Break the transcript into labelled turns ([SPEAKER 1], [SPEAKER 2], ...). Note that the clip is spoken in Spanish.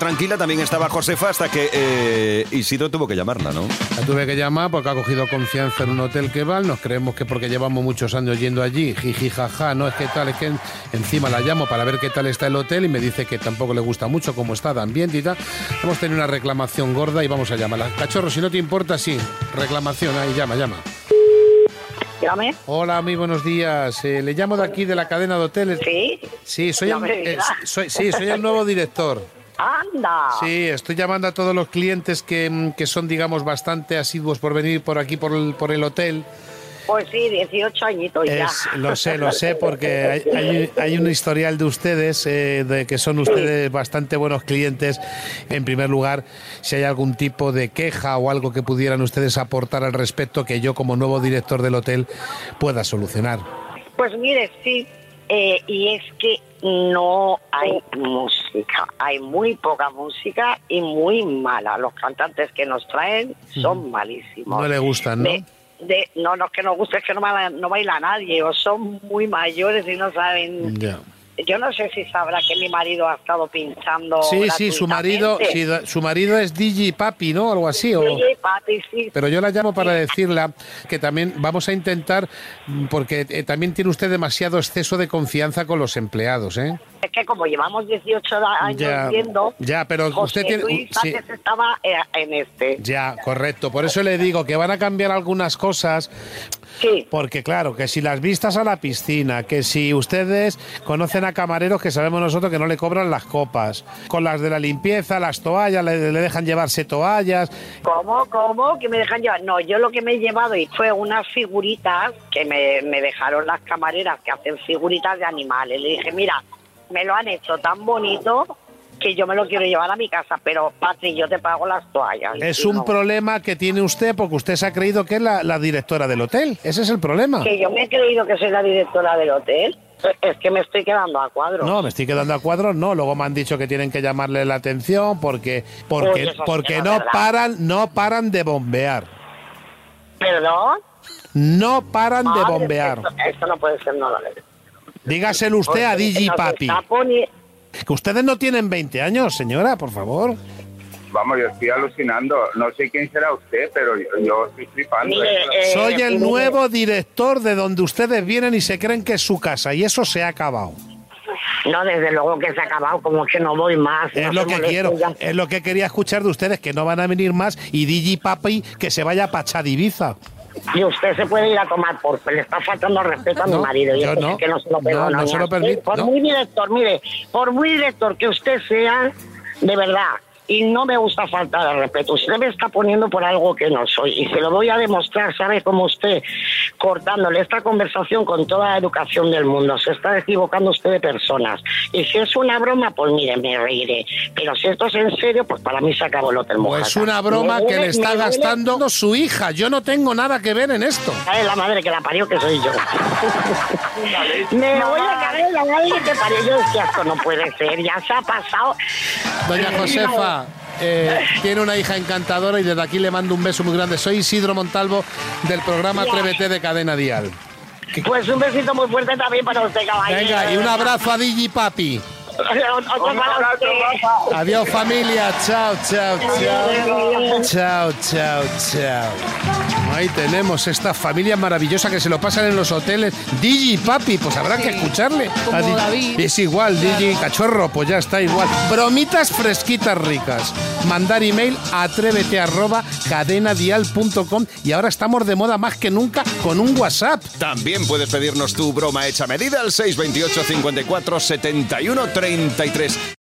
[SPEAKER 1] Tranquila también estaba Josefa hasta que eh, Isidro tuvo que llamarla, ¿no?
[SPEAKER 2] La tuve que llamar porque ha cogido confianza en un hotel que va. Nos creemos que porque llevamos muchos años yendo allí, jiji, jaja, no es que tal, es que en- encima la llamo para ver qué tal está el hotel y me dice que tampoco le gusta mucho cómo está de ambiente y tal. Hemos tenido una reclamación gorda y vamos a llamarla. Cachorro, si no te importa, sí, reclamación, ahí llama, llama.
[SPEAKER 3] Dígame.
[SPEAKER 2] Hola, muy buenos días. Eh, le llamo de aquí de la cadena de hoteles.
[SPEAKER 3] Sí.
[SPEAKER 2] Sí, soy
[SPEAKER 3] No
[SPEAKER 2] el,
[SPEAKER 3] me
[SPEAKER 2] eh,
[SPEAKER 3] digas. Ah.
[SPEAKER 2] soy- sí, soy el nuevo director.
[SPEAKER 3] Anda.
[SPEAKER 2] Sí, estoy llamando a todos los clientes que, mm, que son, digamos, bastante asiduos por venir por aquí, por el, por el hotel.
[SPEAKER 3] Pues sí, 18 añitos ya.
[SPEAKER 2] Es- lo sé, lo sé, porque hay, hay- hay un historial de ustedes, eh, de que son ustedes bastante buenos clientes. En primer lugar, si hay algún tipo de queja o algo que pudieran ustedes aportar al respecto que yo, como nuevo director del hotel, pueda solucionar.
[SPEAKER 3] Pues mire, sí. eh, y es que no hay música. Hay muy poca música y muy mala. Los cantantes que nos traen son malísimos.
[SPEAKER 2] No le gustan, ¿no?
[SPEAKER 3] De- de- no, no es que nos guste, es que no baila, no baila nadie. O son muy mayores y no saben.
[SPEAKER 2] Ya.
[SPEAKER 3] Yo no sé si sabrá que mi marido ha estado pinchando.
[SPEAKER 2] Sí, sí, su marido,
[SPEAKER 3] gratuitamente.
[SPEAKER 2] sí, da- su marido es Digi Papi, ¿no? Algo así. O...
[SPEAKER 3] Sí, papi, sí,
[SPEAKER 2] Pero yo la llamo para decirla que también vamos a intentar, mm, porque eh, también tiene usted demasiado exceso de confianza con los empleados, ¿eh?
[SPEAKER 3] Es que como llevamos 18 años
[SPEAKER 2] Ya,
[SPEAKER 3] viendo,
[SPEAKER 2] ya, pero
[SPEAKER 3] José
[SPEAKER 2] usted tiene-
[SPEAKER 3] Luis
[SPEAKER 2] sí.
[SPEAKER 3] antes estaba eh, en este.
[SPEAKER 2] Ya, correcto. Por eso le digo que van a cambiar algunas cosas,
[SPEAKER 3] Sí,
[SPEAKER 2] porque claro, que si las vistas a la piscina, que si ustedes conocen a camareros que sabemos nosotros que no le cobran las copas, con las de la limpieza, las toallas, le, le dejan llevarse toallas.
[SPEAKER 3] ¿cómo, cómo? Que me dejan llevar. No, yo lo que me he llevado y fue unas figuritas que me, me dejaron las camareras que hacen figuritas de animales. Le dije, mira, me lo han hecho tan bonito que yo me lo quiero llevar a mi casa, pero Patri, yo te pago las toallas.
[SPEAKER 2] Es
[SPEAKER 3] Y
[SPEAKER 2] un
[SPEAKER 3] no.
[SPEAKER 2] problema que tiene usted porque usted se ha creído que es la, la directora del hotel. Ese es el problema.
[SPEAKER 3] Que yo me he creído que soy la directora del hotel. Es que me estoy quedando a cuadro.
[SPEAKER 2] No, me estoy quedando a cuadros, no. Luego me han dicho que tienen que llamarle la atención porque
[SPEAKER 3] Uy,
[SPEAKER 2] porque
[SPEAKER 3] eso sí que
[SPEAKER 2] porque
[SPEAKER 3] es
[SPEAKER 2] no
[SPEAKER 3] verdad.
[SPEAKER 2] paran, no paran de bombear.
[SPEAKER 3] ¿Perdón?
[SPEAKER 2] No paran de
[SPEAKER 3] Madre,
[SPEAKER 2] bombear.
[SPEAKER 3] Esto, esto no puede ser, no lo
[SPEAKER 2] Dígaselo usted a
[SPEAKER 3] Porque
[SPEAKER 2] Digi
[SPEAKER 3] nos
[SPEAKER 2] Papi.
[SPEAKER 3] está poni-
[SPEAKER 2] Que ustedes no tienen 20 años, señora, por favor.
[SPEAKER 4] Vamos, yo estoy alucinando. No sé quién será usted, pero yo, yo estoy flipando.
[SPEAKER 3] Mire,
[SPEAKER 4] ¿eh?
[SPEAKER 3] eh,
[SPEAKER 2] Soy el
[SPEAKER 3] mire,
[SPEAKER 2] nuevo director de donde ustedes vienen y se creen que es su casa y eso se ha acabado.
[SPEAKER 3] No, desde luego que se ha acabado, como que no voy más. no
[SPEAKER 2] Es lo
[SPEAKER 3] se
[SPEAKER 2] que
[SPEAKER 3] molesten
[SPEAKER 2] quiero,
[SPEAKER 3] ya.
[SPEAKER 2] es lo que quería escuchar de ustedes, que no van a venir más y Digi Papi que se vaya a Pachadiviza.
[SPEAKER 3] Y usted se puede ir a tomar por, le está faltando respeto a
[SPEAKER 2] No,
[SPEAKER 3] mi marido. Y
[SPEAKER 2] yo
[SPEAKER 3] eso sí
[SPEAKER 2] no.
[SPEAKER 3] que no se lo
[SPEAKER 2] No,
[SPEAKER 3] perdono.
[SPEAKER 2] no
[SPEAKER 3] ni
[SPEAKER 2] se lo
[SPEAKER 3] a usted.
[SPEAKER 2] permit-
[SPEAKER 3] Por
[SPEAKER 2] no.
[SPEAKER 3] muy director, mire, por muy director que usted sea, de verdad. Y no me gusta faltar al respeto. Usted me está poniendo por algo que no soy. Y se lo voy a demostrar, ¿sabe cómo usted, cortándole esta conversación con toda la educación del mundo, se está equivocando usted de personas? Y si es una broma, pues mire, me reiré. Pero si esto es en serio, pues para mí se acabó el hotel
[SPEAKER 2] Pues
[SPEAKER 3] Mojácar.
[SPEAKER 2] una broma
[SPEAKER 3] Me
[SPEAKER 2] que le
[SPEAKER 3] duele,
[SPEAKER 2] está
[SPEAKER 3] me duele.
[SPEAKER 2] gastando su hija. Yo no tengo nada que ver en esto.
[SPEAKER 3] Ay, la madre que la parió, que soy yo. Me voy a caer en la madre que te parió. Yo decía, esto no puede ser, ya se ha pasado.
[SPEAKER 2] Doña Josefa eh, tiene una hija encantadora y desde aquí le mando un beso muy grande. Soy Isidro Montalvo del programa Atrévete de Cadena Dial.
[SPEAKER 3] Pues un besito muy fuerte también para usted, caballero.
[SPEAKER 2] Venga, y un abrazo a Digi Papi.
[SPEAKER 3] Otro
[SPEAKER 4] Un
[SPEAKER 3] para
[SPEAKER 4] abrazo,
[SPEAKER 3] usted.
[SPEAKER 4] Rafa.
[SPEAKER 2] Adiós familia, chao, chao, chao. Chao, chao, chao. Ahí tenemos esta familia maravillosa que se lo pasan en los hoteles. Digi Papi, pues habrá que escucharle.
[SPEAKER 5] como
[SPEAKER 2] A Digi-
[SPEAKER 5] David.
[SPEAKER 2] Es igual, Digi Cachorro, pues ya está igual. Bromitas fresquitas ricas. Mandar email a atrévete arroba cadenadial.com y ahora estamos de moda más que nunca con un WhatsApp.
[SPEAKER 1] También puedes pedirnos tu broma hecha a medida al 628 54 71 33.